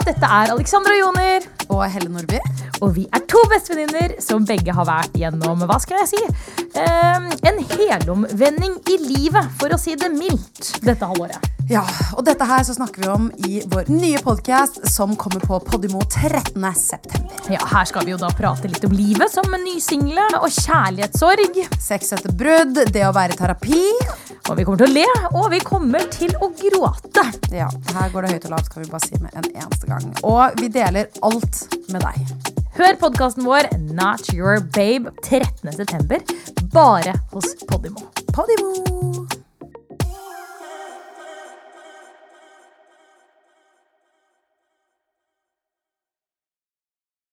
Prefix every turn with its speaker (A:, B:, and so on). A: Dette er Alexandra Joner,
B: Og Helle Nordby.
A: og vi er to bestevenninner som begge har vært gjennom hva skal jeg si eh, en helomvending i livet, for å si det mildt, dette halvåret.
B: Ja, og dette her så snakker vi om i vår nye podkast som kommer på Podimo 13. september.
A: Ja, Her skal vi jo da prate litt om livet som nysingle og kjærlighetssorg.
B: Sex etter brudd, det å være i terapi.
A: Og vi kommer til å le, og vi kommer til å gråte.
B: Ja, her går det høyt og lavt, kan vi bare si med en eneste gang. Og vi deler alt med deg.
A: Hør podkasten vår Not Your Babe 13.9. bare hos Podimo.
B: Podimo!